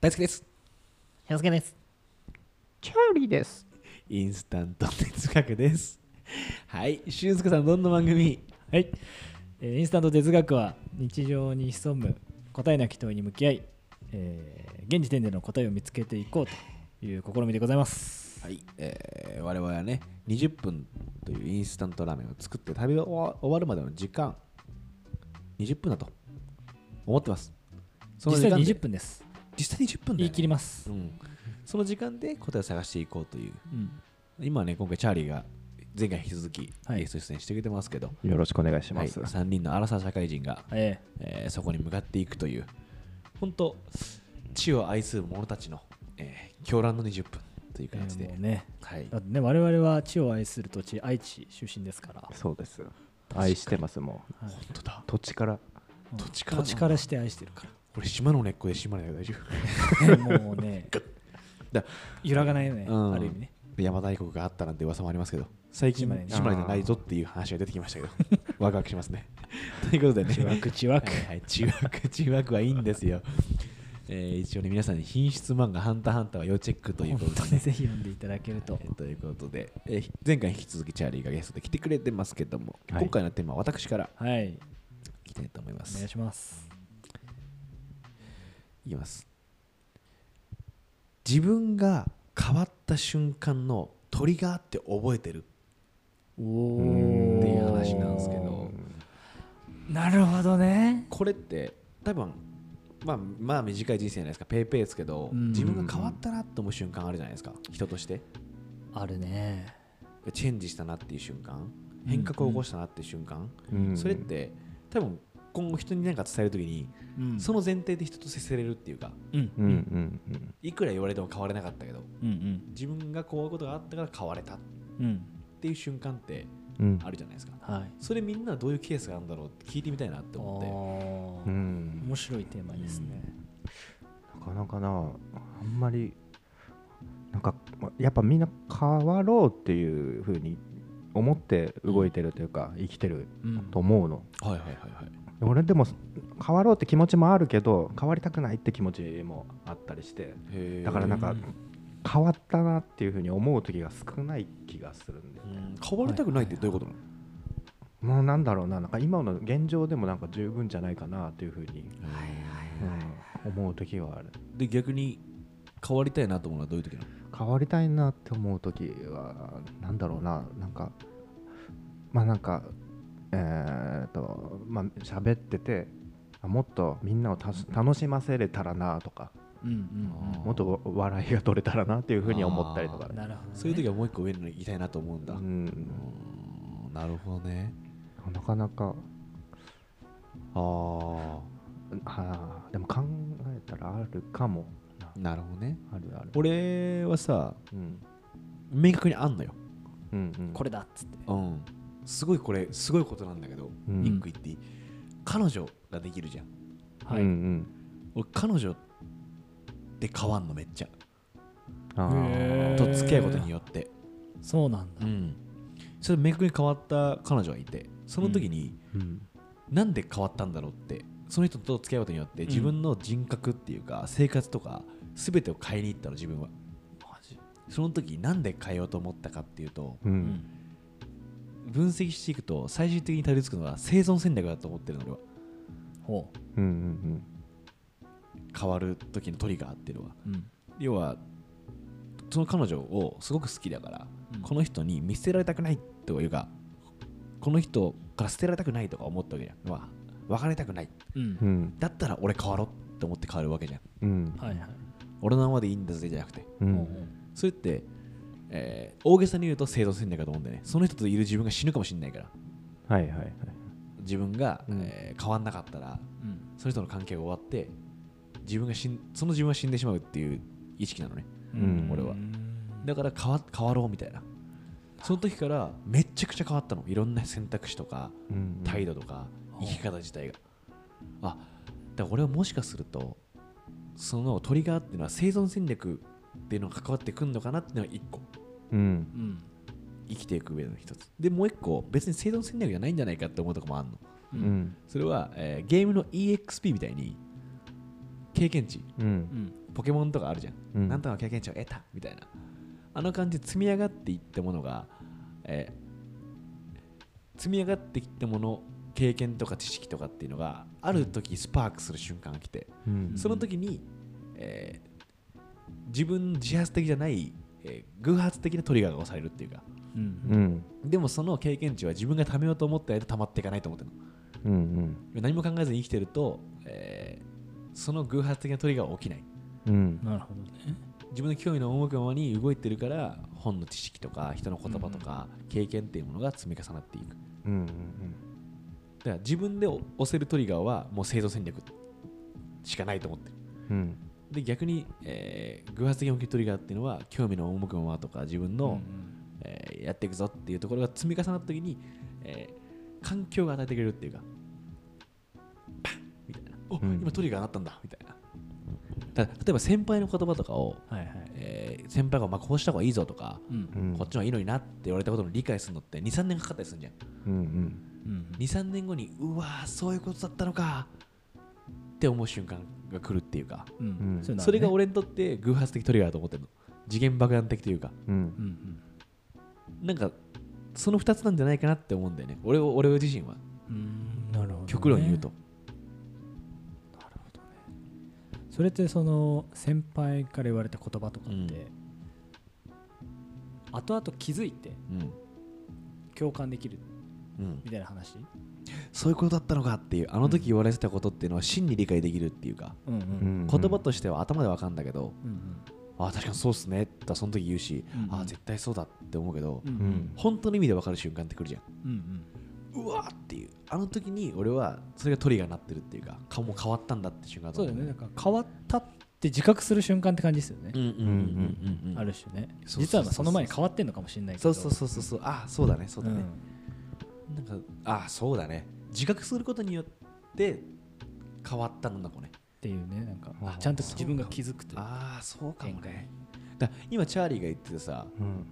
大好きです洋介です。チャーリーです。インスタント哲学ですはい俊介さんどんな番組はい、えーインスタント哲学は日常に潜む答えなき問いに向き合い、えー現時点での答えを見つけていこうという試みでございます。はい、えー我々はね20分というインスタントラーメンを作って食べ終わ終わるまでの時間20分だと思ってますそ実の際時間で20分です。実際20分だ言よねい切ります。うん、その時間で答えを探していこうといううん、今ね今回チャーリーが前回引き続きはいゲスト出演してくれてますけど、よろしくお願いしはまい、す。 3人のアラサー社会人が、ええーそこに向かっていくという本当地を愛する者たちの、えー狂乱の20分というー感じいで、やもうね、はいだってね我々は地を愛する土地愛知出身ですから、そうです。愛してますもう。はい本当だ土地から。うん土地からな土んだ地からして愛してるか俺島の根っこで島根だよ大丈 ら、ね、もうねだ揺らがないよね、うんある意味ね夫山大国があったなんて噂もありますけど最近島根ね島根じゃないぞっていう話が出てきましたけど ワクワクします ねということでね地枠地枠はいはい、ちわくちわくはいいんですよ。えー一応ね、皆さんに品質漫画、ハンターハンターは要チェックという本こと当でにね。ぜひ読んでいただけるとえーということで、えー前回引き続きチャーリーがゲストで来てくれてますけども、はい今回のテーマは私からはいいきたいと思いまおす。願いいしますきます。自分が変わった瞬間のトリガーって覚えてるおーおっていう話なんですけど、なるほどねこれって多分まあ、まあ短い人生じゃないですか、ペイペイですけど、うん自分が変わったなと思う瞬間あるじゃないですか、人として。あるねチェンジしたなっていう瞬間ん変革を起こしたなっていう瞬間、うんそれっ。て多分今後人に何か伝える時に、うんその前提で人と接せれるっていうかうんうんうんうん。いくら言われても変われなかったけどうん自分がこういうことがあったから変われたっうんうんていう瞬間ってうんあるじゃないですかはいそれみんなどういうケースがあるんだろうって聞いてみたいなって思っおうーん。面白いテーマですねなかなかな、あんまり。なんか、まやっぱみんな変わろうっていうふうに。思って動いてるというか、生きてるうんと思うの。てはいはいはいはい俺でも。変わろうって気持ちもあるけど、変わりたくないって気持ちもあったりして。へーだからなんかうん。変わったなっていうふうに思う時が少ない気がするんでうん変わりたくないってどういうことなの、もうなんだろうななんか今の現状でもなんか十分じゃないかなというふうに、うん思う時はあるで逆に変わりたいなと思うのはどういう時なの変わりたいなって思う時はなんだろうななんかまあなんかえーっとまあ喋っててあもっとみんなをたす楽しませれたらなとかうんうんもっとお笑いが取れたらなっていうふうに思ったりとかうんねなるほどねそういう時はもう一個上にいたいなと思うんだ、うんうーんなるほどね。なかなかああーでも考えたらあるかもなあ、なるほどね。あるある俺はさ、うん明確にあんのよ。うんうんこれれだっつってうん。すごいこれ、すごいことなんだけど、うん一個言っていい。彼女ができるじゃん。ははいい俺、彼女って変わんの、めっちゃ。あへーとっつき合うことによって。そうなんだうん。それ明確に変わった彼女がいて、その時に、うんなんで変わったんだろうって、その人と付き合うことによって、自分の人格っていうか、生活とか、すべてを変えに行ったの、自分は。マジその時なんで変えようと思ったかっていうとううんん分析していくと最終的にたどり着くのは生存戦略だと思ってるの俺はほうんうん変わる時のトリガーっていうのはううん要はその彼女をすごく好きだから、うんこの人に見捨てられたくないというかこの人から捨てられたくないとか思ったわけじゃん、まあ、別れたくないうんうんうんだったら俺変わろうって思って変わるわけじゃんうんはいはい俺のままでいいんだぜじゃなくてううんんそれって、えー大げさに言うと生存戦略だと思うんだよねその人といる自分が死ぬかもしれないからはいはいはい自分が、うんえー変わんなかったらうんその人の関係が終わって自分が死んその自分が死んでしまうっていう意識なのねうん俺はうんだから変わ変わろうみたいなその時からめちゃくちゃ変わったのいろんな選択肢とかうん態度とか生き方自体が、あだから俺はもしかするとそのトリガーっていうのは生存戦略っていうのが関わってくるのかなっていうのが一個うんうん生きていく上での一つでもう一個別に生存戦略じゃないんじゃないかって思うとこもあるのうんそれは、えーゲームの EXP みたいに経験値うんポケモンとかあるじゃん、うんなんとか経験値を得たみたいなあの感じで積み上がっていったものが、えー積み上がってきたもの経験とか知識とかっていうのがある時スパークする瞬間が来てうんその時に、えー自分自発的じゃない、えー偶発的なトリガーが押されるっていうかうんうんでもその経験値は自分が貯めようと思った間貯まっていかないと思ってるのうん何も考えずに生きてると、えーその偶発的なトリガーは起きないうんなるほどね自分の興味の赴くままに動いてるから本の知識とか人の言葉とか経験っていうものが積み重なっていくだうんうんから自分で押せるトリガーはもう生存戦略しかないと思ってるうんで逆に、えー偶発的な起きるトリガーっていうのは興味の赴くままとか自分の、えーやっていくぞっていうところが積み重なった時に、えー環境が与えてくれるっていうかパンみたいなお、うん今トリガーなったんだみたいなただ例えば先輩の言葉とかを、はいはいえー先輩がまあこうした方がいいぞとか、うんうんうんこっちの方がいいのになって言われたことの理解するのって23年かかったりするじゃんうんうん23年後にうわーそういうことだったのかって思う瞬間が来るっていうかううんんういうのあるねそれが俺にとって偶発的トリガーだと思ってるの次元爆弾的というかうんうんうんうんなんかその2つなんじゃないかなって思うんだよね俺を俺自身はうんなるほどね極論言うと、それってその先輩から言われた言葉とかって、後々気づいてうん共感できるうん、みたいな話そういうことだったのかっていうあの時言われてたことっていうのは真に理解できるっていうか、うんうんうんうん言葉としては頭でわかんだけど、うんああ確かにそうっすねってその時言うし、うんうんああ絶対そうだって思うけど、うんうんん本当の意味でわかる瞬間ってくるじゃんうんうんうわーっていうあの時に俺はそれがトリガーになってるっていうか顔も変わったんだって瞬間だとそう思だよねなんねか変わったって自覚する瞬間って感じですよねう、んうんうんうんうんある種ねそうそうそうそう実はまあその前に変わってんのかもしれないけそどうそうそうそうそうああそうだねそうだね、んなんかああそうだね自覚することによって変わったんだこれっていうねなんかあちゃんと自分が気づくというああそうかもねだ今チャーリーが言っててさ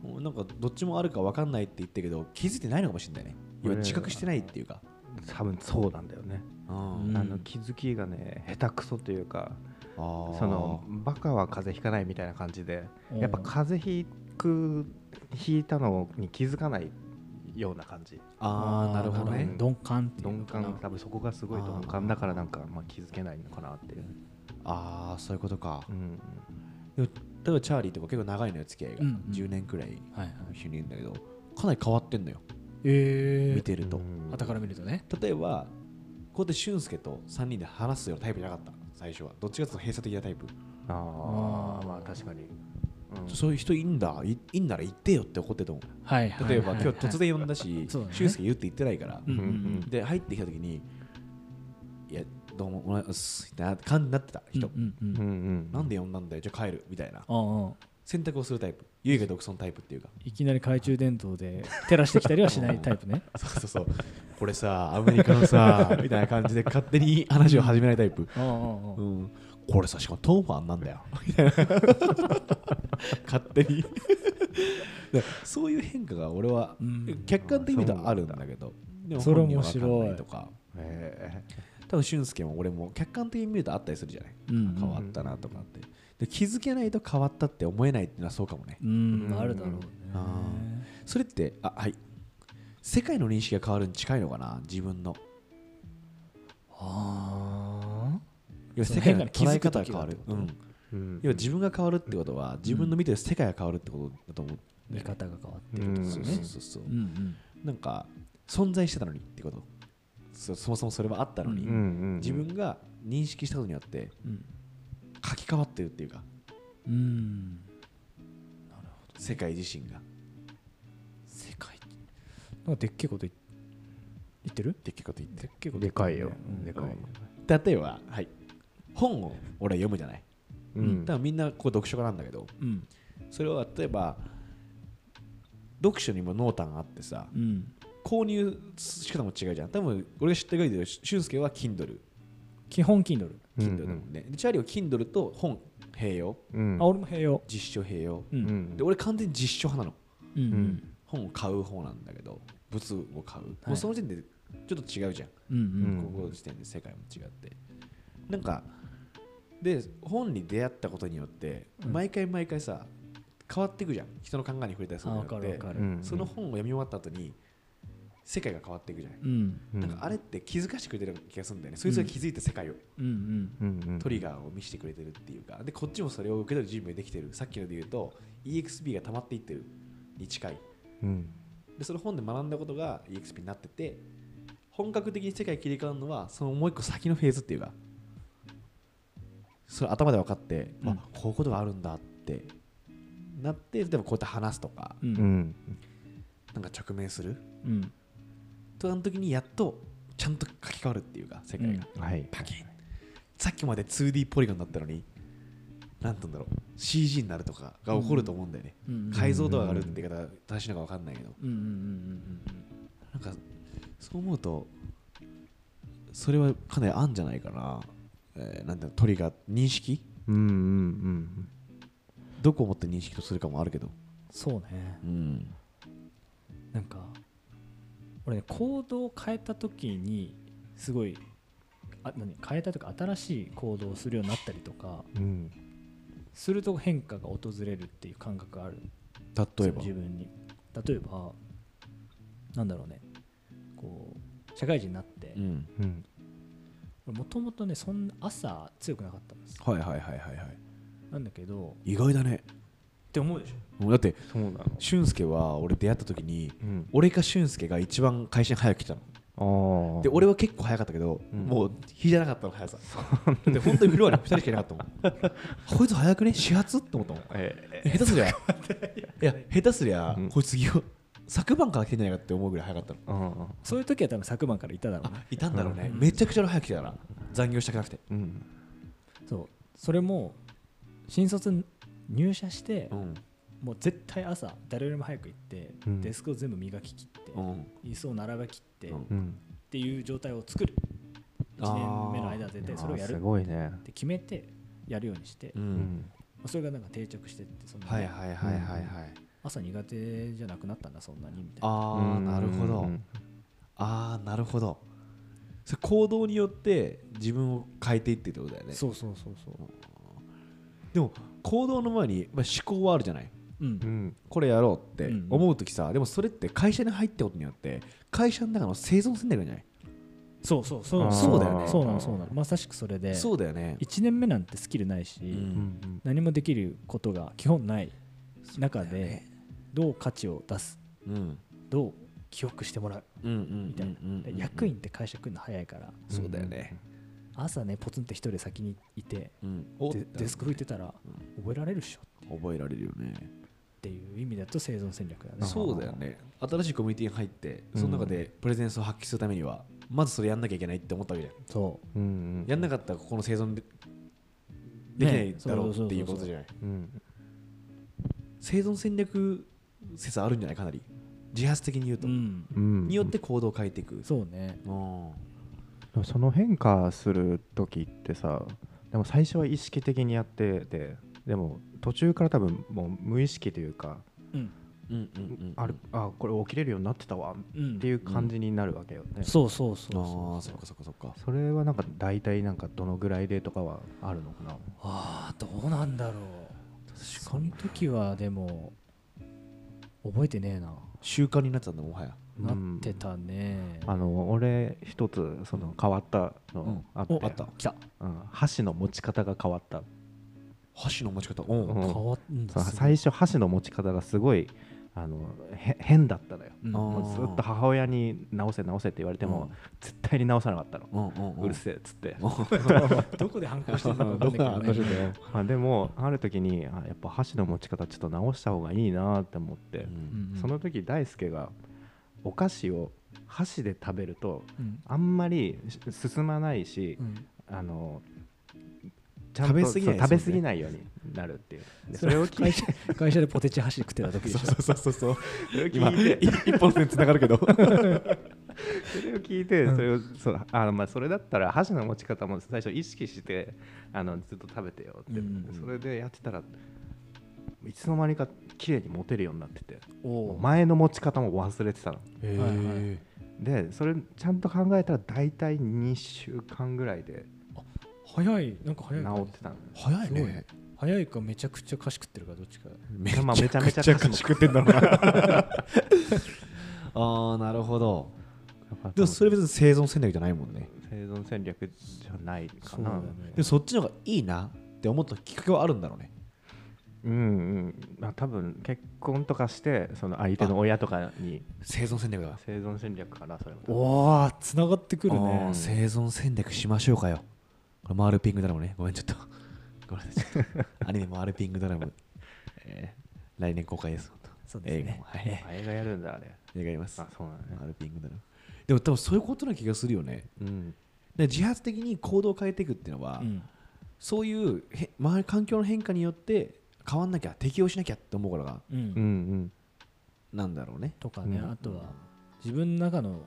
うんもうなんかどっちもあるか分かんないって言ったけど気づいてないのかもしれないね今俺自覚してないっていうか多分そうなんだよねうんあの気づきがね下手くそというかあーそのバカは風邪ひかないみたいな感じでやっぱ風邪ひくひいたのに気づかないような感じあーなるほどなるねほ鈍感っていう鈍のかな感多分そこがすごい鈍あー感だからなんかまあ気づけないのかなっていうああそういうことかうんでも例えばチャーリーとか結構長いのよ付き合いがうんうん10年くらいはいはい一緒にいるんだけどかなり変わってんのよえ見てるとうんから見るとね例えばこうやって俊介と3人で話すようなタイプじゃなかった最初はどっちかというと閉鎖的なタイプああまあ確かにそういう人いいんだいいんなら言ってよって怒ってたもんはい例えば今日突然呼んだしそうだね俊介言うって言ってないからうんうんで入ってきた時にいやどうもお願いしますって感じになってた人うんうんううんんうんなんで呼んだんだよじゃあ帰るみたいなああ選択をするタイプ唯我独尊タイプっていうかいきなり懐中電灯で 照らしてきたりはしないタイプねそうそうそうこれさアメリカの さみたいな感じで勝手に話を始めないタイプああああうあんこれさしかもトーファンなんだよ勝手にでそういう変化が俺はうん客観的に見たらあるんだけどでもそれ本人は面白い分かんないとかえ多分俊介も俺も客観的に見るとあったりするじゃないうんうん変わったなとかって、で気づけないと変わったって思えないっていうのはそうかもねうんあるだろうねあそれってあはい世界の認識が変わるに近いのかな自分のあ要はそ世界の変の化に気捉えづく方時が変わるがっ、てうことん、うん要は自分が変わるってことは自分の見てる世界が変わるってことだと思う、見方が変わってうんそうそうそうそう、うんうんなんか存在してたのにってことそそもそもそれはあったのに、ううんうん自分が認識したことによってうん書き換わってるっていうかうん世界自身がっ世界なんかでっけえこと言言ってるて結構言ってでっけえこと言でってかるいよねうんでかい例えば、はい、本を俺は読むじゃない、うん多分みんなこう読書家なんだけどうんそれは例えば読書にも濃淡があってさうん購入仕方も違うじゃん多分俺が知ってる限りで俊介は Kindle 基本 Kindle Kindle だもんね、でチャーリーは Kindle と本併用うんあ俺も併用実書併用、ううんんで俺完全に実書派なのうんん本を買う方なんだけど物を買う、もうその時点でちょっと違うじゃんうんうんうん高校時点で世界も違ってなんかで本に出会ったことによってうん毎回毎回さ変わっていくじゃん人の考えに触れたりすあるわのかるわでかうる。んその本を読み終わった後に世界が変わっていくじゃない、うんうんなんかあれって気づかしてくれてる気がするんだよね、そいつが気づいた世界をうんうんうんうんトリガーを見せてくれてるっていうかでこっちもそれを受け取る準備ができてるさっきので言うと EXP が溜まっていってるに近いうんでその本で学んだことが EXP になってて本格的に世界切り替わるのはそのもう一個先のフェーズっていうかそれ頭で分かって、うんあこういうことがあるんだってなって例えばこうやって話すとかうんううんんなんか直面するうんとあの時にやっとちゃんと書き換わるっていうか世界が、うんはいパキンさっきまで 2D ポリゴンだったのに何て言うんだろう CG になるとかが起こると思うんだよね、うん解像度が上がるって言い方正しいのか分かんないけどうんうんうんなんかそう思うとそれはかなりあんじゃないかな、えーなんていうのトリガー認識うんうんうんどこをもって認識とするかもあるけどそうねうんなんか俺ね行動を変えた時にすごいあ何変えたとか新しい行動をするようになったりとかうんすると変化が訪れるっていう感覚がある例えば自分に例えばなんだろうねこう社会人になってうんうんもともとねそんな朝強くなかったんですよはいはいはいはいはいなんだけど意外だねって思うでしょもうだってそうなの俊介は俺出会った時にうん俺か俊介が一番会社に早く来たのああで俺は結構早かったけど、うんもう日じゃなかったの速さで本当にフロアに2人しかいなかった もんこいつ早くね始発って思ったもんえ下手すりゃいや下手すりゃ、うんこいつ次は昨晩から来てんじゃないかって思うぐらい早かったのうんそういう時は多分昨晩からいただろうねいたんだろうね、うんめちゃくちゃ早く来てたな残業したくなくて、うんそうそれも新卒に入社して、うんもう絶対朝誰よりも早く行って、うんデスクを全部磨き切って、うん、椅子を並べ切って、うんうんっていう状態を作るあー1年目の間は絶対それをやあーるすっごいねて決めてやるようにして、うまんあそれがなんか定着してってそんなねはいはいはいはいはい、朝苦手じゃなくなったんだそんなにみたいなああうんなるほど、うんああなるほどそれ行動によって自分を変えていってってことだよねそうそうそうそうでも行動の前に、まあ、思考はあるじゃないうんうんこれやろうってうん思う時さ、でもそれって会社に入ったことによって会社の中の生存戦略じゃない、そうそうそあーうそうだよねそうなのそうなのまさしくそれでそうだよね、 1年目なんてスキルないし、うんうん何もできることが基本ない中そうだよでねどう価値を出すうん、うんどう記憶してもらううんみたいな、で役員って会社来るの早いからそうだよね、朝ねポツンって一人先にいてうん、でデスク拭いてたら覚えられるっしょ覚えられるよね、っていう意味だと生存戦略だねそうだよね新しいコミュニティに入ってその中でプレゼンスを発揮するためには、まずそれやんなきゃいけないって思ったわけじゃんそうんうんやんなかったらここの生存でできないだろうっていうことじゃない、うん生存戦略説あるんじゃないかなり自発的に言ううと、うんうんによって行動を変えていく、そうねうんでもその変化する時ってさでも最初は意識的にやっててでも途中から多分もう無意識というか、うんうんうんうん、あるあこれ起きれるようになってたわっうんていう感じになるわけよね、そうそうそうああそそうっかそっかそっかそれはなんか大体なんかどのぐらいでとかはあるのかなああどうなんだろうその時はでも覚えてねえな習慣になってたんだもはやなってたねあの俺一つその変わったのあって、おうんあった来た箸の持ち方が変わった、箸の持ち方うんうん変わっうんそうすごい最初箸の持ち方がすごいあのへ変だったのようんあーもうずっと母親に直せ直せって言われても、う絶対に直さなかったの、うんうんうるせえっつって、 どこで反抗してるのか分かん ないけどねあでもある時にあやっぱ箸の持ち方ちょっと直した方がいいなって思って、うんうんその時大輔がお菓子を箸で食べるとうんあんまりし進まないしう、んあのち食べ過ぎないでそう食べすよね過ぎないようになるっていうでそそれれをを聞会い社 会社でポテチ箸食ってた時でしょそうそうそうそうて今聞いて一本線つながる けどそれを聞いてそれをそうあのまあそれだったら箸の持ち方も最初意識してあのずっと食べてよって、うんうんそれでやってたらいつの間にか綺麗に持てるようになってておー前の持ち方も忘れてたのへはいはいえでそれちゃんと考えたら大体2週間ぐらいで早いなんか治早いかってたの早いね。早いかめちゃくちゃ菓子食ってるかどっちかめまあめちゃめちゃく菓子食ってんだろうな。ああ、なるほど。でもそれ別に生存戦略じゃないもんね。生存戦略じゃないかだなう,、でもそっちの方がいいなって思ったきっかけはあるんだろうね。んうんまあ多分結婚とかしてその相手の親とかに生存戦略だ。生存戦略かなそれもおおつながってくるあねー生存戦略しましょうかよ。これ回るピングドラムね。ごめん、ちょっと。ごめんなさい、ちょっと。アニメ回るピングドラム。えー来年公開です。そうです映画ねも。はい。あ映画やるんだあれ映画やりますあ。そうなのね回るピングドラム。でも多分そういうことな気がするよね。うんで自発的に行動を変えていくっていうのは、うんそういうへ周り環境の変化によって変わんなきゃ適応しなきゃって思うからがううんんうんなんだろうねとかね、うんあとは自分の中の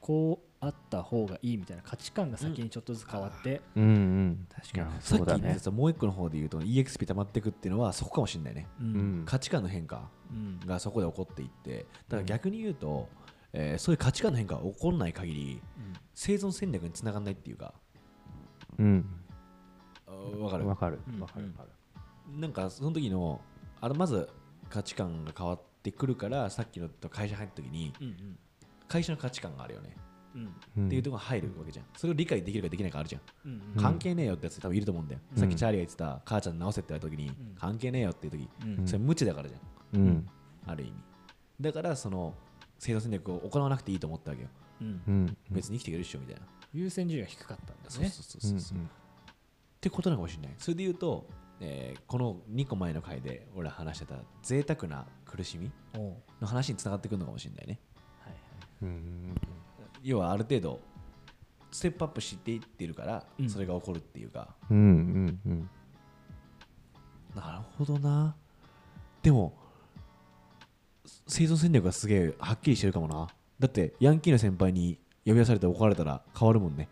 こうあった方がいいみたいな価値観が先にちょっとずつ変わって、うんうん確さっそうきだ言ってねたもう一個の方で言うと EXP 溜まっていくっていうのはそこかもしれないね、ううんん価値観の変化うんがそこで起こっていってだから逆に言うと、えーそういう価値観の変化が起こらない限り生存戦略につながらないっていうかうんあーわかるわかるうんわかるわかるなんかその時のあれまず価値観が変わってくるからさっきのと会社入った時にうんうん会社の価値観があるよねうんうんっていうところが入るわけじゃんそれを理解できるかできないかあるじゃんうんうん関係ねえよってやつ多分いると思うんだよ、うんさっきチャーリーが言ってた母ちゃん直せって言われた時に、ん関係ねえよっていう時、うんんそれ無知だからじうんゃんある意味だからその制度戦略を行わなくていいと思ったわけよ、うんうん別に生きていけるっしょみたいな、優先順位が低かったんですそうねそうそうそう、ってことなのかもしれないそれで言うと、えーこの2個前の回で俺ら話してた贅沢な苦しみおうの話につながってくるのかもしれないねはいはいうんうん要はある程度ステップアップしていってるから、うんそれが起こるっていうかうんうんうんなるほどなでも生存戦略がすげえはっきりしてるかもなだってヤンキーの先輩に呼び出されて怒られたら変わるもんね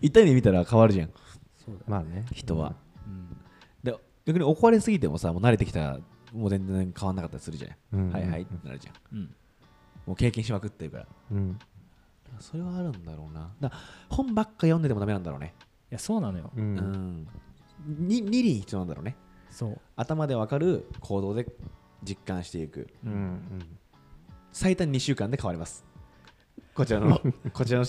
痛い目見たら変わるじゃんそうだ、まあね人は、うんで逆に怒られすぎてもさもう慣れてきたらもう全然変わんなかったりするじゃん、うんはいはいってなるじゃんうんもう経験しまくってるからうんそれはあるんだろうなだから本ばっか読んでてもダメなんだろうねいやそうなのよううんんに二輪必要なんだろうねそう頭でわかる行動で実感していくうん最短2週間で変わりますこちら のこちらの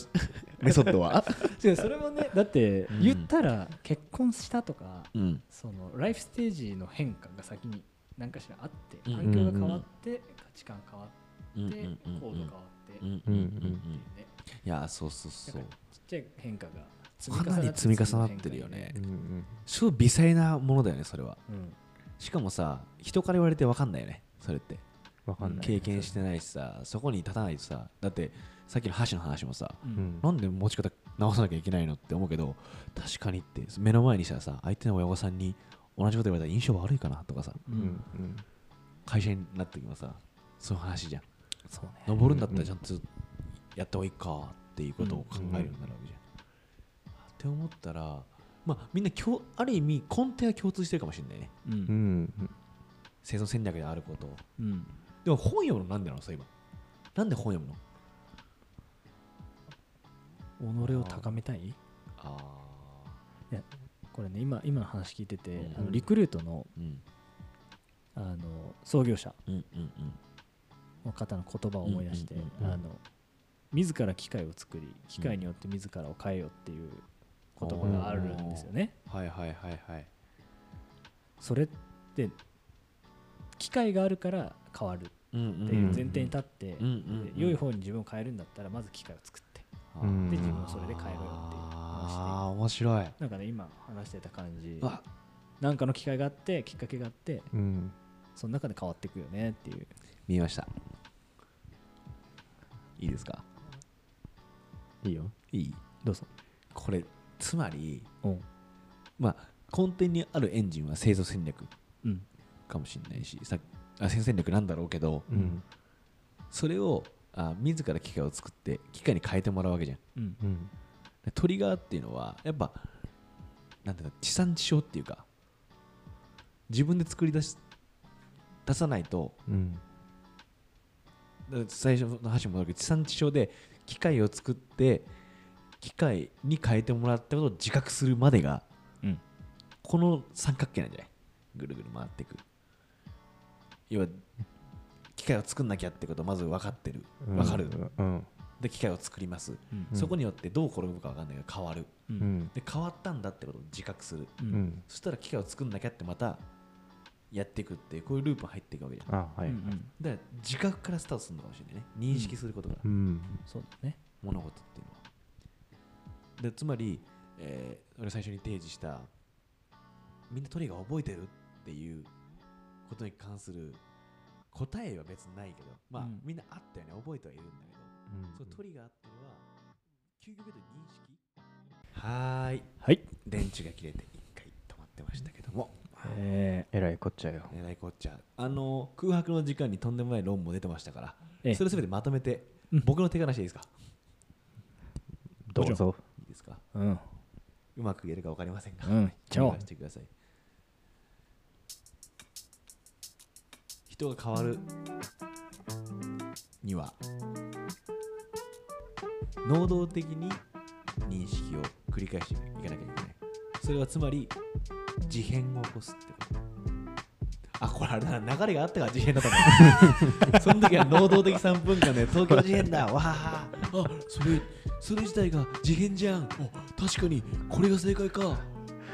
メソッドは 違うそれもねだって うん言ったら結婚したとか、うんそのライフステージの変化が先に何かしらあってうん環境が変わって、価値観変わうんって、うん行動変わって、うっていんうんうんうんうねいやそうそうそうだからちっちゃい変化かがなり積み重なってるよねうんすごい微細なものだよねそれは次の変化にね。しかもさ人から言われて分かんないよねそれってわかんない経験してないしさそこに立たないとさだってさっきの箸の話もさううんんなんで持ち方直さなきゃいけないのって思うけど確かにって目の前にしたらさ相手の親御さんに同じこと言われたら印象悪いかなとかさううんんうん会社になってきもさそういう話じゃんそうね。登るんだったらちゃんとやった方がいいかっていうことを考えるようになるわけじゃん、って思ったらまあみんなきょある意味根底は共通してるかもしれないねううんん生存戦略であることをうんでも本読むのなんでなのそういえばなんで本読むの己を高めたいあこれね今今の話聞いてて、うんあのリクルートのーうんあの創業者うんうんの方の言葉を思い出して、うんうんうんうんあの自ら機械を作り機械によって自らを変えよっていう言葉があるんですよね。うんはいはいはいはいそれって機会があるから変わるっうんうんていう前提に立って、うんうんうんで良い方に自分を変えるんだったらまず機会を作ってうんで自分はそれで変えろよっていうああ話面白いでなんかね今話してた感じうわなんかの機会があってきっかけがあってうんその中で変わっていくよねっていう見えましたいいですかいいよいいどうぞこれつまりうんまあ根底にあるエンジンは製造戦略うんかもしれないしさあ製造戦略なんだろうけどうんそれをあ自ら機械を作って機械に変えてもらうわけじゃんうんうんでトリガーっていうのはやっぱなんていうの地産地消っていうか自分で作り出し出さないとうんだから最初の話もあるけど地産地消で機械を作って機械に変えてもらったことを自覚するまでが、うんこの三角形なんじゃないぐるぐる回っていく要は機械を作んなきゃってことをまず分かってるうん分かる、うんで機械を作ります、うんそこによってどう転ぶか分かんないけど変わるううんんで変わったんだってことを自覚するううんんそしたら機械を作んなきゃってまたやっていくっていうこういうループ入っていくわけじゃんあはういんだから自覚からスタートするのかもしれないね認識することが、うんそうだね物事っていうのはでつまり、えー俺最初に提示したみんなトリガー覚えてるっていうことに関する答えは別にないけどまあ、うんみんなあったよね覚えてはいるんだけど、そのトリガーっていうのは究極で認識はーいはい電池が切れて一回止まってましたけどもええらいこっちゃよえらいこっちゃあの空白の時間にとんでもない論も出てましたから、ええそれすべてまとめて、うん僕の手からしていいですかどうぞいいですかーうんうまく言えるか分かりませんが、うんじゃおあ願いしてください人が変わるには能動的に認識を繰り返していかなきゃいけないそれはつまり事変を起こすってことあこれあれだな流れがあったから事変だったんだ その時は能動的3分間で東京事変だわああそれそれ自体が事変じゃんお確かにこれが正解かっ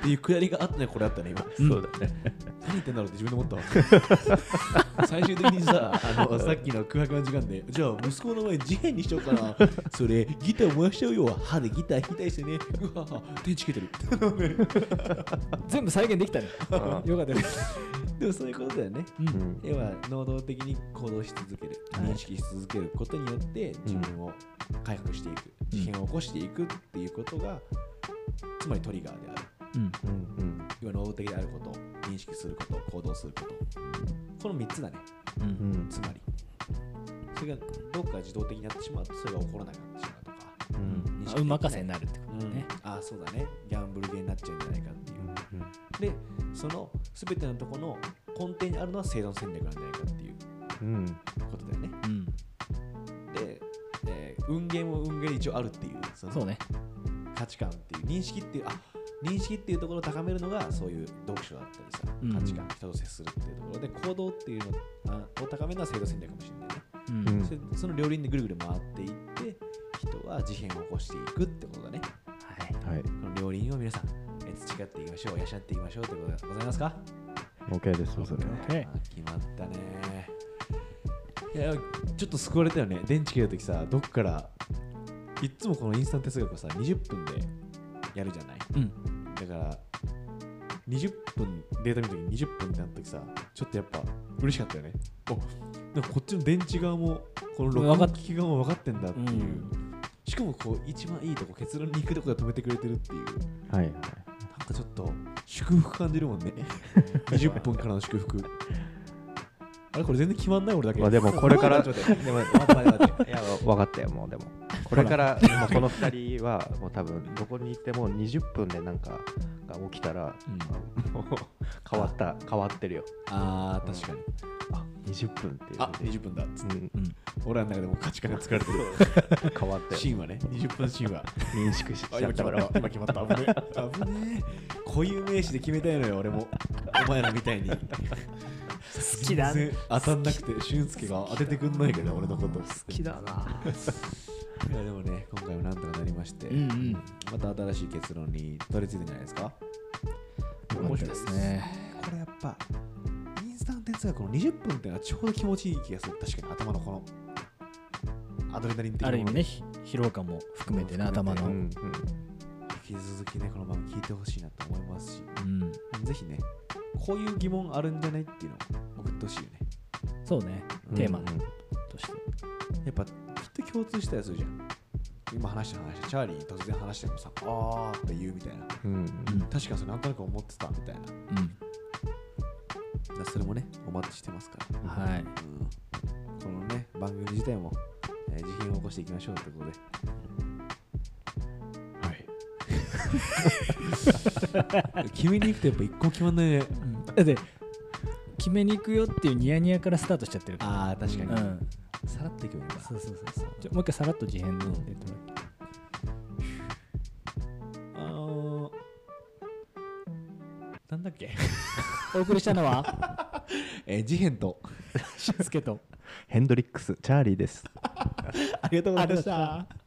ていうくだりがあったねこれあったね今そうだね何言ってんだろうって自分で思ったわ 最終的にさあのさっきの空白の時間でじゃあ息子の前に事変にしようか なそれギター燃やしちゃうよ歯でギター弾いたりしてねうわ手ちけてる 全部再現できたねよかったです でもそういうことだよねうんうん要は能動的に行動し続ける、はい認識し続けることによって自分を改革していく、うん事変を起こしていくっていうことがつまりトリガーであるうんうん要は能動的であること認識すること行動することこの3つだねううんんつまりそれがどっか自動的になってしまうとそれが起こらなくなってしまうとか、うんあ運任せになるってことうんねああそうだねギャンブルゲーになっちゃうんじゃないかっていう、でその全てのとこの根底にあるのは生存戦略なんじゃないかっていううんことだよねうんで、えー運ゲーも運ゲーで一応あるっていうそのそうね価値観っていう認識っていうあ認識っていうところを高めるのがそういう読書だったりさ、うん価値観人と接するっていうところで行動っていうのあを高めるのは制度戦略かもしれないね、うんうんそその両輪でぐるぐる回っていって人は事変を起こしていくってことだねはいはいこの両輪を皆さんえー培っていきましょう養っていきましょうということでございますか OK ですそれえあ決まったねいやちょっと救われたよね電池切れた時さどっからいっつもこのインスタント哲学はさ20分でやるじゃないうんだから20分データ見た時に20分ってなった時さちょっとやっぱ嬉しかったよねおなんかこっちの電池側もこの録音分かっ聞き側も分かってんだっていう、うんしかもこう一番いいとこ結論に行くとこで止めてくれてるっていうはいはいなんかちょっと祝福感じるもん ね20分からの祝福あれこれ全然決まんない俺だけまあで もこれからちょっと待ってでも待って待って待っていや分かったよもうでもこれからもうこの2人はもう多分どこに行っても20分でなんかが起きたら、うんもう変わった変わってるよあー確かに20分っていうあので20分だっつってうん俺らの中でも価値観が作られてる 変わったよシーンはね20分シーンは認識しあち今ゃった決まかっらた今決まった危ねえ危ねえ固有名詞で決めたいのよ俺もお前らみたいに好きだ全然当たんなくて俊介が当ててくんないけど俺のこと好きだないやでもね今回もなんとかなりまして、うんうんまた新しい結論に取り付いてんじゃないですか面白いですねこれやっぱインスタント哲学の20分っていうのはちょうど気持ちいい気がする確かに頭のこのアドレナリン的あなるも意の味ねひ疲労感も含めてね含頭めてのうん引き続きねこのまま聞いてほしいなと思いますしうんぜひねこういう疑問あるんじゃないっていうのを送ってほしいよねそうねうんテーマうんとしてやっぱきっと共通したりするじゃん今話した話したチャーリーに突然話してもさあーって言うみたいなうんうん確かにそれなんとなく思ってたみたいなだからそれもねお待ちしてますからうんはいうんこのね番組自体も、えー、事変を起こしていきましょうということで はい君に行くとやっぱ一個も決まんないねだって決めに行くよっていうニヤニヤからスタートしちゃってるかああ確かに、らうんさらっていけばいいのかそうそうそうそうじゃあもう一回さらっと事変のうんえっとなんだっけ お送りした のは、えー、事変としつけと。ヘンドリックス、チャーリーです。ありがとうございました。